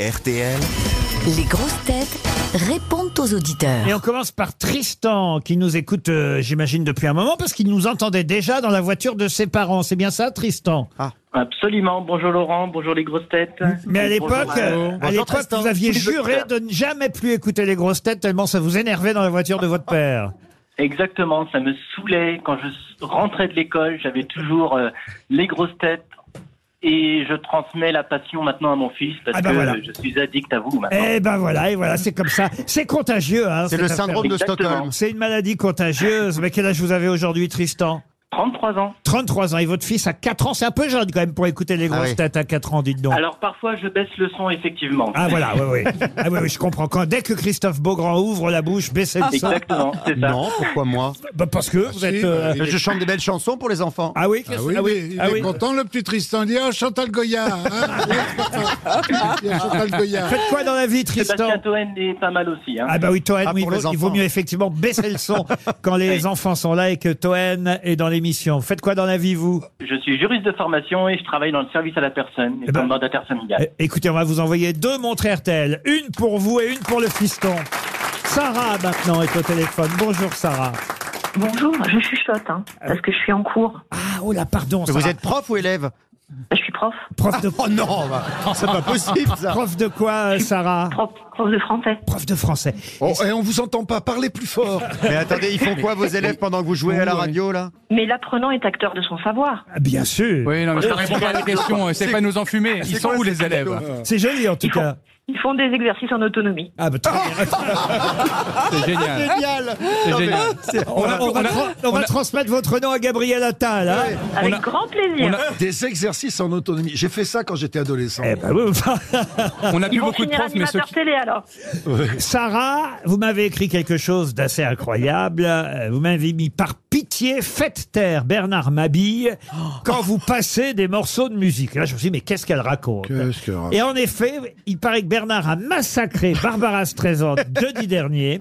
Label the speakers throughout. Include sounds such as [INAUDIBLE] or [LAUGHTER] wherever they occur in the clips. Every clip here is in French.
Speaker 1: RTL.
Speaker 2: Les grosses têtes répondent aux auditeurs.
Speaker 3: Et on commence par Tristan, qui nous écoute, euh, j'imagine, depuis un moment, parce qu'il nous entendait déjà dans la voiture de ses parents. C'est bien ça, Tristan
Speaker 4: Absolument. Bonjour Laurent, bonjour les grosses têtes.
Speaker 3: Mais à
Speaker 4: Et bonjour
Speaker 3: l'époque,
Speaker 4: à-
Speaker 3: euh, à l'époque, vous aviez juré
Speaker 5: [LAUGHS]
Speaker 3: de ne jamais plus écouter les grosses têtes, tellement ça vous énervait dans la voiture de votre père.
Speaker 4: Exactement, ça me saoulait. Quand je s- rentrais de l'école, j'avais toujours euh, les grosses têtes. Et je transmets la passion maintenant à mon fils parce
Speaker 3: Ah bah
Speaker 4: que
Speaker 3: voilà.
Speaker 4: je suis addict à vous maintenant.
Speaker 3: Eh ben voilà, et voilà, c'est comme ça. C'est contagieux, hein,
Speaker 5: C'est
Speaker 3: cette
Speaker 5: le
Speaker 3: affaire.
Speaker 5: syndrome de
Speaker 4: Exactement.
Speaker 5: Stockholm.
Speaker 3: C'est une maladie contagieuse. Mais quel âge vous avez aujourd'hui, Tristan
Speaker 4: 33 ans.
Speaker 3: 33 ans. Et votre fils à 4 ans, c'est un peu jeune quand même pour écouter les grosses
Speaker 5: Ah oui.
Speaker 3: têtes à 4 ans, dites donc.
Speaker 4: Alors parfois, je baisse le son, effectivement.
Speaker 3: Ah voilà, oui, oui. Ah oui, oui, je comprends. Quand, dès que Christophe Beaugrand ouvre la bouche, baissez le son.
Speaker 4: Exactement, c'est Ah, ça.
Speaker 5: Non, pourquoi
Speaker 6: [LAUGHS]
Speaker 5: moi
Speaker 3: Bah, parce que vous êtes... euh,
Speaker 5: Je chante des belles chansons pour les enfants.
Speaker 3: Ah oui, qu'est-ce-
Speaker 6: Ah oui,
Speaker 3: ah oui,
Speaker 6: il est- il
Speaker 3: ah
Speaker 6: est
Speaker 3: oui.
Speaker 6: content le petit Tristan. Il dit oh, Chantal Goya. hein. Il y a Chantal Goya.
Speaker 3: Faites quoi dans la vie,
Speaker 4: Sébastien
Speaker 3: Tristan
Speaker 4: Toen est pas mal aussi. hein.
Speaker 3: ah bah oui, Toen,
Speaker 5: Ah,
Speaker 3: oui, il,
Speaker 5: pour les
Speaker 3: vaut, il vaut
Speaker 5: enfants.
Speaker 3: mieux effectivement baisser le son quand les enfants sont là et que Toen est dans l'émission. Faites quoi dans la vie, vous
Speaker 4: Je suis juriste de formation et je travaille dans le service à la personne et
Speaker 3: Eh ben-
Speaker 4: comme mandataire familial.
Speaker 3: Eh, Écoutez, on va vous envoyer deux montres RTL. Une pour vous et une pour le fiston. Sarah, maintenant, est au téléphone. Bonjour, Sarah.
Speaker 7: Bonjour, je chuchote, hein, parce que je suis en cours.
Speaker 3: Ah, oh là, pardon, Sarah.
Speaker 5: Vous êtes prof ou élève
Speaker 7: Je suis prof,
Speaker 3: prof de,
Speaker 5: Oh non, bah, c'est pas possible ça.
Speaker 3: prof de quoi, euh, Sarah
Speaker 7: prof, prof de français.
Speaker 3: Prof de français.
Speaker 6: Oh, et on vous entend pas, parlez plus fort.
Speaker 5: Mais attendez, ils font quoi vos
Speaker 6: [LAUGHS]
Speaker 5: élèves pendant que vous jouez à la radio là
Speaker 7: Mais l'apprenant est acteur de son savoir.
Speaker 3: Ah, Bien sûr.
Speaker 8: Oui, non, mais je te réponds pas à la question. euh, C'est pas nous enfumer. Ils sont où les élèves
Speaker 3: C'est joli, en tout
Speaker 7: Ils font,
Speaker 3: cas.
Speaker 7: ils font des exercices en autonomie.
Speaker 3: Ah, bah, très bien.
Speaker 8: C'est génial.
Speaker 5: Génial
Speaker 8: C'est génial.
Speaker 3: On va, on va
Speaker 8: on a-
Speaker 3: tra- on va transmettre votre nom à Gabriel Attal. Hein
Speaker 7: Avec
Speaker 8: a-
Speaker 7: grand plaisir.
Speaker 8: on a-
Speaker 6: Des exercices en autonomie. J'ai fait ça quand j'étais adolescent.
Speaker 3: Eh ben oui, enfin, [LAUGHS]
Speaker 8: On a
Speaker 7: Ils
Speaker 8: plus
Speaker 7: vont
Speaker 8: beaucoup de
Speaker 7: finir
Speaker 8: profs, mais ceux
Speaker 7: animateurs
Speaker 8: qui.
Speaker 7: télé alors.
Speaker 3: Sarah, vous m'avez écrit quelque chose d'assez incroyable. Euh, Vous m'avez mis par pitié, faites taire Bernard Mabille quand vous passez des morceaux de musique. Là, je me suis dit, mais qu'est-ce qu'elle raconte
Speaker 6: Qu'est-ce qu'elle raconte
Speaker 3: Et en effet, il paraît que Bernard a massacré Barbara Streisand jeudi dernier.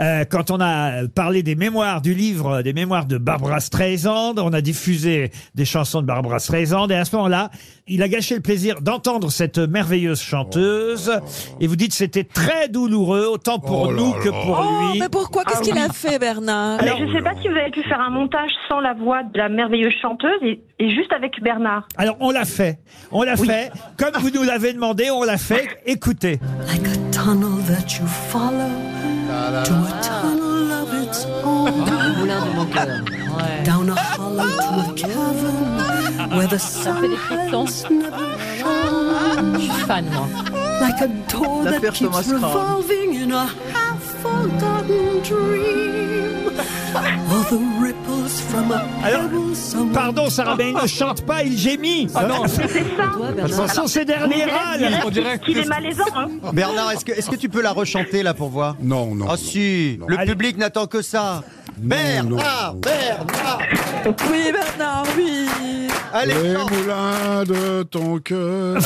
Speaker 3: Euh, quand on a parlé des mémoires du livre, des mémoires de Barbara Streisand, on a diffusé des chansons de Barbara Streisand. Et à ce moment-là, il a gâché le plaisir d'entendre cette merveilleuse chanteuse. Et vous dites c'était très douloureux, autant pour
Speaker 6: Oh là
Speaker 3: nous que
Speaker 6: là.
Speaker 3: pour
Speaker 9: Oh,
Speaker 3: lui.
Speaker 9: mais pourquoi Qu'est-ce qu'il a fait, Bernard
Speaker 7: Mais je ne sais pas si vous avez pu faire un montage sans la voix de la merveilleuse chanteuse et, et juste avec Bernard.
Speaker 3: Alors on l'a fait. On l'a fait. Comme vous nous l'avez demandé, on l'a fait. Écoutez.
Speaker 2: Like a tunnel that you follow to a tunnel of its own. Down a hollow to a cavern where the sun has never shone. Like a door that keeps revolving in a half-forgotten dream. Or the ripples from a
Speaker 3: Alors,
Speaker 2: pebble somewhere.
Speaker 3: Pardon Sarah, mais il ne chante pas, il gémit.
Speaker 9: Ah,
Speaker 7: C'est ça.
Speaker 3: Ce sont ses derniers râles.
Speaker 8: On Ah, dirait
Speaker 7: Qu'il
Speaker 8: que
Speaker 7: est malaisant. hein.
Speaker 5: Bernard, est-ce que, est-ce que tu peux la rechanter là pour voir
Speaker 6: Non, non.
Speaker 5: Oh si, le
Speaker 3: Allez.
Speaker 5: public n'attend que ça.
Speaker 6: non,
Speaker 5: Bernard,
Speaker 6: non.
Speaker 5: Bernard,
Speaker 9: Oui, Bernard, oui.
Speaker 6: Les
Speaker 5: Alexandre.
Speaker 6: moulins de ton cœur.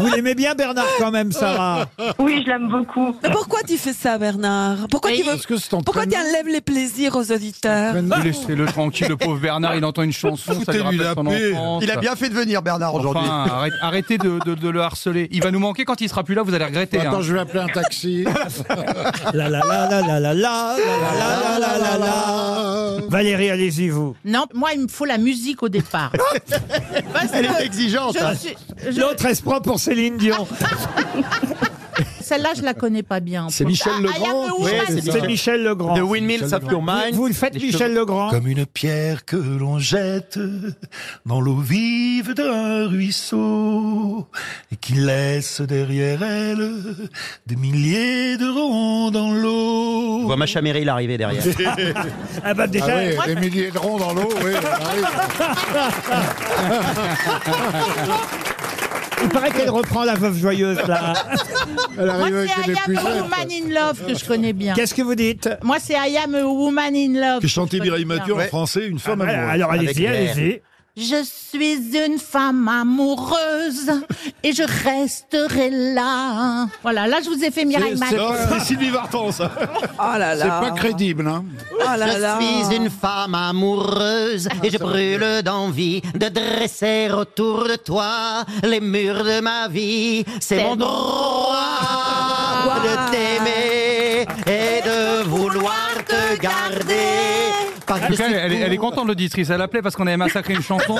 Speaker 3: Vous l'aimez bien Bernard quand même Sarah.
Speaker 7: Oui, je l'aime beaucoup.
Speaker 9: Mais pourquoi tu fais ça, Bernard Pourquoi tu veux...
Speaker 6: Parce que c'est en
Speaker 9: Pourquoi tu enlèves les plaisirs aux auditeurs
Speaker 8: non. [LAUGHS] Laissez-le tranquille, le pauvre Bernard. Il entend une chanson, ça lui
Speaker 6: Foutez-lui
Speaker 8: rappelle
Speaker 6: la
Speaker 8: son
Speaker 6: paix.
Speaker 8: enfance.
Speaker 5: Il a bien fait de venir Bernard
Speaker 8: Enfin,
Speaker 5: aujourd'hui.
Speaker 8: arrête- arrêtez de, de- de le harceler. Il va nous manquer quand il sera plus là, vous allez regretter. hein.
Speaker 6: Attends, je vais appeler un
Speaker 8: [LAUGHS]
Speaker 6: taxi.
Speaker 3: [LAUGHS] La la la la la la la
Speaker 6: Ah,
Speaker 3: la la la la la la. Valérie, allez-y vous.
Speaker 10: [LAUGHS] Non, moi, il me faut la musique au départ. Parce
Speaker 5: Elle est
Speaker 10: que
Speaker 5: exigeante. hein.
Speaker 10: je suis- je-
Speaker 3: L'autre elle se prend pour Céline [LAUGHS] Dion.
Speaker 10: Celle-là, je la connais pas bien.
Speaker 6: C'est
Speaker 8: Ah,
Speaker 6: Michel Legrand.
Speaker 10: Oui,
Speaker 6: c'est ça.
Speaker 3: C'est Michel Legrand.
Speaker 5: Windmills of Your
Speaker 3: Vous, vous le faites Michel Legrand.
Speaker 11: Comme une pierre que l'on jette dans l'eau vive d'un ruisseau et qui laisse derrière elle des milliers de ronds dans l'eau.
Speaker 5: On voit Macha Meryl arriver derrière.
Speaker 3: Ah bah
Speaker 6: Ah
Speaker 3: déjà.
Speaker 6: oui, des milliers de ronds dans l'eau. Oui, on arrive.
Speaker 3: Il paraît qu'elle reprend la veuve joyeuse là.
Speaker 6: Elle
Speaker 10: Moi,
Speaker 6: arrive avec
Speaker 10: c'est
Speaker 6: des
Speaker 10: I am a
Speaker 6: épuisettes.
Speaker 10: woman in love que je connais bien.
Speaker 3: Qu'est-ce que vous dites
Speaker 9: Ah,
Speaker 10: Moi, c'est I am a woman in love.
Speaker 11: Que chantait
Speaker 10: je
Speaker 11: Mireille
Speaker 10: connais bien.
Speaker 11: Mathieu en français, une femme amoureuse.
Speaker 3: Ah Alors
Speaker 5: Avec
Speaker 3: allez-y,
Speaker 5: l'air.
Speaker 3: allez-y.
Speaker 10: Je suis une femme amoureuse et je resterai là. Voilà, là je vous ai fait Mireille
Speaker 6: C'est- c'est
Speaker 10: Mathieu.
Speaker 6: pas- c'est Sylvie Vartan, ça.
Speaker 10: là là.
Speaker 6: C'est pas crédible, hein.
Speaker 10: là
Speaker 5: je
Speaker 10: là.
Speaker 5: suis une femme amoureuse et je brûle d'envie de dresser autour de toi les murs de ma vie. C'est mon droit de t'aimer et de vouloir te garder. Pas
Speaker 8: En
Speaker 5: que
Speaker 8: tout cas,
Speaker 5: c'est
Speaker 8: elle, est- elle est
Speaker 5: pour-
Speaker 8: contente l'auditrice, elle appelait parce qu'on avait massacré une chanson.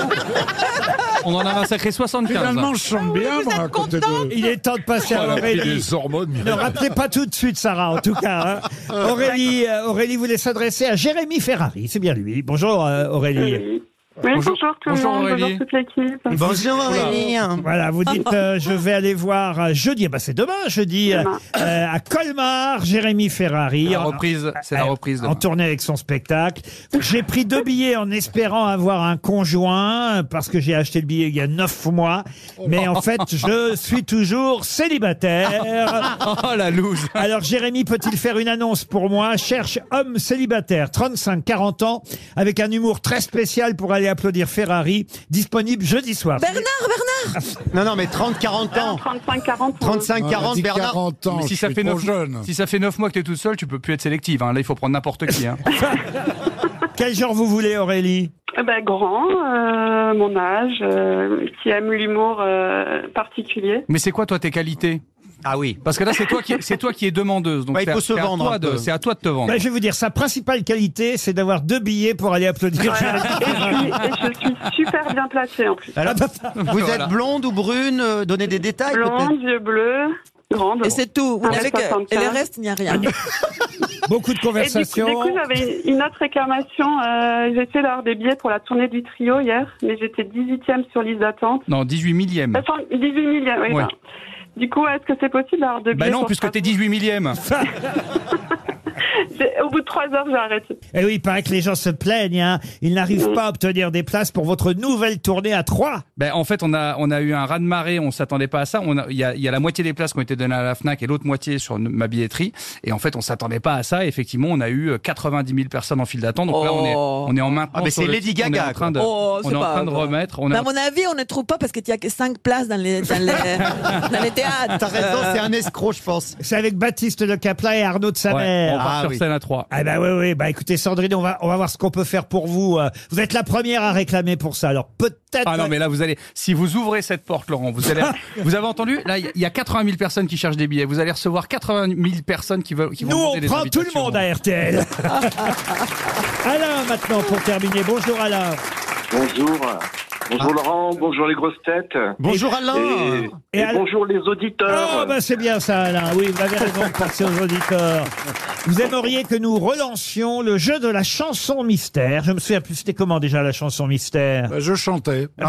Speaker 8: On en a massacré 75.
Speaker 6: Finalement, je chante
Speaker 9: Ah
Speaker 6: bien, moi, à côté de...
Speaker 3: Il est temps de passer à
Speaker 6: Oh, la
Speaker 3: Aurélie.
Speaker 6: pile des hormones,
Speaker 3: Ne
Speaker 6: Mireille.
Speaker 3: rappelez pas tout de suite, Sarah, en tout cas. hein. Aurélie, euh, Aurélie voulait s'adresser à Jérémy Ferrari. C'est bien lui. Bonjour, euh, Aurélie.
Speaker 8: bonjour, tout le Bonjour, monde, Aurélie. bonjour
Speaker 7: toute l'équipe.
Speaker 5: Bonjour Aurélie.
Speaker 3: Voilà, vous dites, euh, je vais aller voir euh, jeudi. Eh ben, c'est demain, jeudi, euh, euh, à Colmar, Jérémy Ferrari.
Speaker 8: La
Speaker 3: En-
Speaker 8: reprise, c'est la
Speaker 3: euh,
Speaker 8: reprise. demain.
Speaker 3: En tournée avec son spectacle. J'ai pris deux billets en espérant avoir un conjoint euh, parce que j'ai acheté le billet il y a neuf mois. Mais en fait, je suis toujours célibataire.
Speaker 8: [LAUGHS] Oh la loose
Speaker 3: Alors Jérémy peut-il faire une annonce pour moi Cherche homme célibataire, 35-40 ans, avec un humour très spécial pour aller applaudir Ferrari, disponible jeudi soir.
Speaker 9: Bernard, Bernard
Speaker 5: Non, non, mais 30-40 ans.
Speaker 7: 35-40
Speaker 6: Ouais,
Speaker 5: 35-40,
Speaker 6: dis
Speaker 5: Bernard.
Speaker 6: 40 ans,
Speaker 8: Mais si
Speaker 6: Oh, je
Speaker 8: ça,
Speaker 6: suis
Speaker 8: fait
Speaker 6: trop
Speaker 8: 9,
Speaker 6: jeune.
Speaker 8: si ça fait 9 mois que t'es toute seule, tu peux plus être sélective. hein. Là, il faut prendre n'importe qui. hein.
Speaker 3: Quel genre vous voulez Aurélie
Speaker 7: Eh ben, grand, euh, mon âge, euh, qui aime l'humour euh,
Speaker 8: [LAUGHS]
Speaker 7: particulier.
Speaker 8: Mais c'est quoi, toi, tes qualités
Speaker 5: Ah oui.
Speaker 8: Parce que là, c'est toi qui, c'est toi qui es demandeuse. Donc
Speaker 5: Ouais, il
Speaker 8: c'est à-
Speaker 5: faut se
Speaker 8: c'est à
Speaker 5: vendre
Speaker 8: toi
Speaker 5: un
Speaker 8: de-
Speaker 5: peu.
Speaker 8: C'est à toi de te vendre.
Speaker 3: Ben, Je vais vous dire, sa principale qualité, c'est d'avoir deux billets pour aller applaudir Jérémy.
Speaker 7: Voilà. Et, je suis, et je suis super bien placée en plus.
Speaker 5: Alors, vous
Speaker 8: Voilà.
Speaker 5: êtes blonde ou brune euh, Donnez des
Speaker 8: Ah,
Speaker 5: détails peut-être.
Speaker 7: Blonde, yeux bleus, grande.
Speaker 9: Et c'est tout. Vous
Speaker 7: Ah,
Speaker 9: n'avez que-
Speaker 7: 75.
Speaker 9: Et le reste, il n'y a rien.
Speaker 3: [LAUGHS] Beaucoup de
Speaker 7: Et du coup,
Speaker 3: conversations.
Speaker 7: du coup, j'avais une autre réclamation. Euh, J'essayais d'avoir des billets pour la tournée du trio hier, mais j'étais 18e sur liste d'attente.
Speaker 8: Non, 18 millième.
Speaker 7: Enfin, 18 millième, oui.
Speaker 8: Mm. Ouais.
Speaker 7: ben. Du coup, est-ce que c'est possible d'avoir deux
Speaker 8: Bah
Speaker 7: billets
Speaker 8: non,
Speaker 7: pour
Speaker 8: puisque
Speaker 7: ça
Speaker 8: t'es 18 millième.
Speaker 7: J'ai- Au bout de trois heures, j'ai arrêté.
Speaker 3: Et Eh oui, il paraît que les gens se plaignent. Hein. Ils n'arrivent pas à obtenir des places pour votre nouvelle tournée à Troyes.
Speaker 8: Ben, en fait, on a, on a eu un raz-de-marée, on s'attendait pas à ça. On a- Il y a, il y a la moitié des places qui ont été données à la FNAC et l'autre moitié sur n- ma billetterie. Et en fait, on s'attendait pas à ça. Et effectivement, on a eu euh, 90 000 personnes en file d'attente. Donc là, on est,
Speaker 9: Oh.
Speaker 8: on est en maintenance.
Speaker 5: Ah, mais
Speaker 8: sur
Speaker 5: c'est
Speaker 8: le
Speaker 5: Lady
Speaker 8: site. On est en
Speaker 5: Gaga,
Speaker 8: train de-
Speaker 9: Oh,
Speaker 8: On
Speaker 9: c'est
Speaker 8: est en
Speaker 9: pas
Speaker 8: train de
Speaker 9: grave.
Speaker 8: remettre. On est
Speaker 9: Mais
Speaker 8: en-
Speaker 9: à mon avis, on ne trouve pas parce qu'il n'y a que 5 places dans les, dans les, dans les théâtres.
Speaker 5: T'as raison,
Speaker 9: Euh,
Speaker 5: c'est un escroc, je pense.
Speaker 3: C'est avec Baptiste Le Capla et Arnaud de sa
Speaker 8: Ouais, on
Speaker 3: mère.
Speaker 8: part
Speaker 5: Ah
Speaker 8: sur
Speaker 5: oui.
Speaker 8: scène à 3.
Speaker 3: Ah bah oui, oui, bah écoutez Sandrine, on va, on va voir ce qu'on peut faire pour vous. Euh, Vous êtes la première à réclamer pour ça, alors peut-être...
Speaker 8: Ah non, mais là, vous allez, si vous ouvrez cette porte, Laurent, vous allez, vous avez entendu, là, il y- il y a 80 000 personnes qui cherchent des billets. Vous allez recevoir 80 000 personnes qui veulent, qui vont
Speaker 3: Nous, on
Speaker 8: demander des
Speaker 3: prend tout le
Speaker 8: invitations. hein.
Speaker 3: monde à RTL.
Speaker 8: [LAUGHS]
Speaker 3: Alain, maintenant, pour terminer. Bonjour Alain.
Speaker 1: Bonjour. Bonjour
Speaker 6: Ah.
Speaker 1: Laurent, bonjour les grosses têtes.
Speaker 5: Bonjour Alain.
Speaker 1: Et,
Speaker 3: Et
Speaker 1: et
Speaker 3: alors-
Speaker 1: bonjour les auditeurs.
Speaker 4: Euh,
Speaker 3: Oh, bah c'est bien ça, Alain. Oui, vous avez raison de penser aux auditeurs. Vous aimeriez que nous relancions le jeu de la chanson mystère. Je me souviens plus, c'était comment déjà la chanson mystère
Speaker 6: Bah, je chantais.
Speaker 1: Eh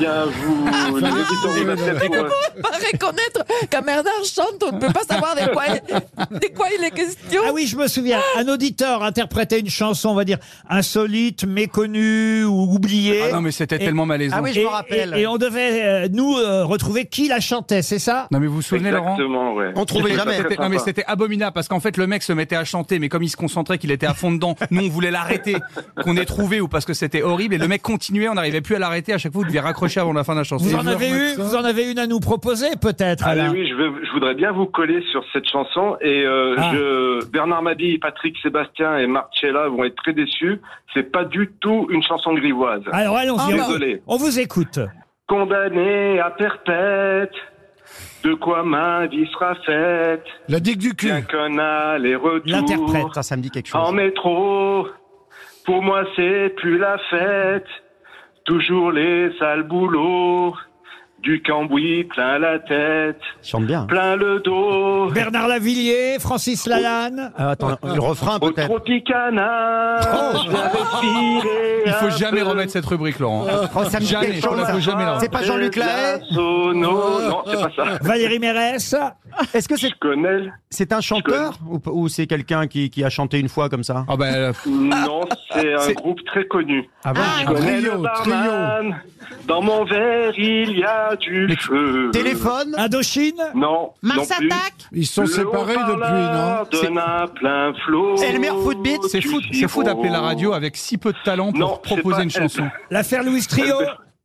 Speaker 1: bien, vous, les auditeurs, il va peut-être vous-
Speaker 9: [LAUGHS] Pas Euh, reconnaître qu'un Bernard chante, on ne peut pas savoir de quoi il, de quoi il est question.
Speaker 3: Ah oui, je me souviens. Un auditeur interprétait une chanson, on va dire, insolite, méconnue ou oubliée.
Speaker 8: Ah non, mais c'était
Speaker 3: Et-
Speaker 8: tellement malaisant.
Speaker 5: Ah oui, je
Speaker 3: et,
Speaker 5: me rappelle.
Speaker 3: et- et on devait, euh, nous, euh, retrouver qui la chantait, c'est ça
Speaker 8: Non, mais vous vous souvenez, Laurent?
Speaker 1: Exactement, ouais.
Speaker 5: On trouvait
Speaker 1: C'était
Speaker 5: jamais.
Speaker 1: très
Speaker 8: C'était- Non mais
Speaker 1: sympa.
Speaker 8: c'était abominable parce qu'en fait le mec se mettait à chanter mais comme il se concentrait qu'il était à fond dedans nous on
Speaker 1: [LAUGHS]
Speaker 8: voulait l'arrêter qu'on ait trouvé ou parce que c'était horrible et le mec continuait on n'arrivait plus à l'arrêter à chaque fois vous deviez raccrocher avant la fin de la chanson
Speaker 3: Vous en,
Speaker 8: Et
Speaker 3: avez eu, vous en avez une à nous proposer, peut-être,
Speaker 1: Ah mais
Speaker 3: Alain
Speaker 1: oui, je, veux- je voudrais bien vous coller sur cette chanson et euh,
Speaker 3: Ah.
Speaker 1: je, Bernard Mabille, Patrick Sébastien et Marcella vont être très déçus. C'est pas du tout une chanson grivoise.
Speaker 3: Alors allons-y,
Speaker 9: Ah,
Speaker 3: on-
Speaker 1: désolé.
Speaker 3: on vous écoute.
Speaker 1: Condamné à perpète, de quoi ma vie sera faite.
Speaker 6: La digue du cul.
Speaker 1: Bien qu'un aller
Speaker 3: L'interprète.
Speaker 1: retour
Speaker 5: Ça, ça me dit quelque chose.
Speaker 1: en métro, pour moi c'est plus la fête. Toujours les sales boulots, du cambouis plein la tête,
Speaker 5: Chante bien.
Speaker 1: plein le dos.
Speaker 3: Bernard Lavillier, Francis Lalanne.
Speaker 5: Ah, attends, le refrain
Speaker 1: Au
Speaker 5: peut-être.
Speaker 1: Tropicana, je vais filer
Speaker 8: Oh. il faut
Speaker 1: Ah, un
Speaker 8: jamais
Speaker 1: peu
Speaker 8: remettre cette rubrique Laurent
Speaker 5: Oh, ça me dit
Speaker 8: Jamais,
Speaker 5: quelque
Speaker 8: je
Speaker 5: chose.
Speaker 8: la
Speaker 5: ça.
Speaker 8: fais jamais, là.
Speaker 5: C'est pas Jean-Luc
Speaker 1: de la
Speaker 5: Lahaye
Speaker 4: euh,
Speaker 1: sono. Non, c'est pas ça.
Speaker 3: Valérie Mérès.
Speaker 5: Est-ce que
Speaker 1: Je
Speaker 5: c'est
Speaker 1: connais. le-
Speaker 5: c'est un chanteur ou, p- ou c'est quelqu'un qui, qui a chanté une fois comme ça
Speaker 8: Ah ben, euh,
Speaker 1: Non, c'est un
Speaker 8: C'est-
Speaker 1: groupe très connu.
Speaker 5: Ah bon
Speaker 1: Je connais
Speaker 6: Trio,
Speaker 1: le barman. Dans mon verre, il y a
Speaker 8: pas du
Speaker 1: Euh,
Speaker 8: feu.
Speaker 3: Ah,
Speaker 12: Téléphone
Speaker 3: Indochine
Speaker 8: Non.
Speaker 12: Mars
Speaker 8: non plus.
Speaker 12: Attack Ils sont
Speaker 8: Le
Speaker 12: séparés depuis, non
Speaker 8: haut-parleur
Speaker 12: C'est-
Speaker 8: donne un plein flot.
Speaker 5: C'est le meilleur
Speaker 8: foot beat.
Speaker 5: C'est fou, c'est fou d'appeler la radio avec si peu de talent pour
Speaker 8: Non, c'est
Speaker 5: proposer
Speaker 8: pas
Speaker 5: une chanson.
Speaker 8: elle.
Speaker 3: L'affaire Louis Trio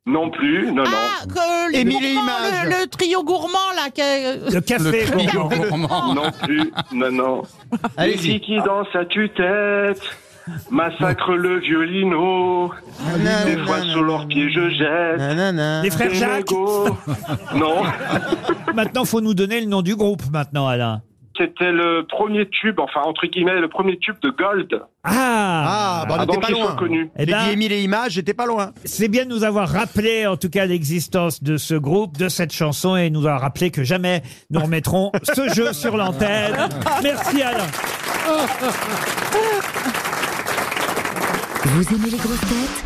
Speaker 8: Non plus, non,
Speaker 9: Ah,
Speaker 8: non.
Speaker 9: Que le
Speaker 8: Émile et
Speaker 9: gourmand,
Speaker 8: Images.
Speaker 9: le, le trio gourmand, là. que-
Speaker 8: Le
Speaker 9: Le
Speaker 8: trio
Speaker 9: café.
Speaker 8: gourmand. Non plus, non, non. Les filles qui dansent à tue-tête massacrent le violino.
Speaker 5: Ah,
Speaker 8: Des fois sous leurs pieds je jette.
Speaker 3: Les frères
Speaker 8: Des
Speaker 3: Jacques
Speaker 8: Legos. Non,
Speaker 3: Maintenant, faut nous donner le nom du groupe, maintenant, Alain.
Speaker 8: c'était le premier tube, enfin entre guillemets, le premier tube de Gold.
Speaker 3: Ah
Speaker 8: Ah, bah, on Ah, était donc, pas ils sont loin. connus. J'ai dit
Speaker 3: Émile et Images, j'étais pas loin. C'est bien de nous avoir rappelé, en tout cas, l'existence de ce groupe, de cette chanson, et nous avoir rappelé que jamais nous remettrons ce jeu sur l'antenne. Merci Alain.
Speaker 13: Vous aimez les grosses têtes